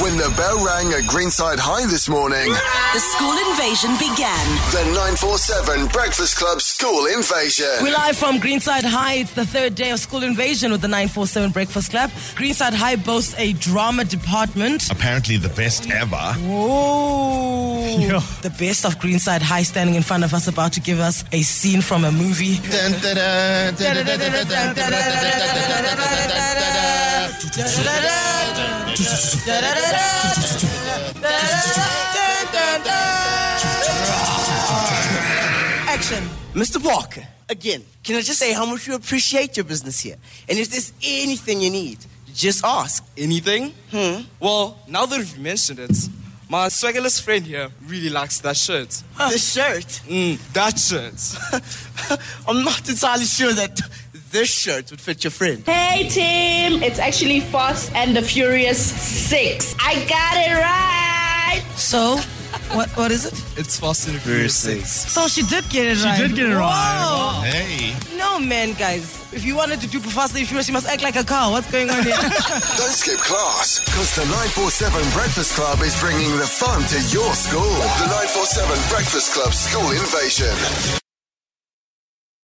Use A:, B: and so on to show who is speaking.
A: When the bell rang at Greenside High this morning,
B: The school invasion began.
A: the 947 Breakfast Club School Invasion.
C: We're live from Greenside High. It's the third day of school invasion with the 947 Breakfast Club. Greenside High boasts a drama department.
D: apparently the best ever.
C: Oh,
D: Yeah.
C: the best of Greenside High standing in front of us, about to give us a scene from a movie. Action.
E: Mr. Parker, again, can I just say how much we appreciate your business here? And if there's anything you need, just ask.
F: Anything? Hmm. Well, now that you've mentioned it, my swaggerless friend here really likes that shirt.
E: The shirt.
F: Mm, that shirt.
E: I'm not entirely sure that this shirt would fit your friend.
G: Hey team, it's actually Fast and the Furious 6. I got it right.
C: So, what what is it?
F: It's Fast and the Furious 6.
C: So she did get it right. She did get it right.
D: Hey,
C: No, man, guys. If you wanted to do Faster and Furious, you must act like a car. What's going on here?
A: Don't skip class, because the 947 Breakfast Club is bringing the fun to your school. The 947 Breakfast Club School Invasion.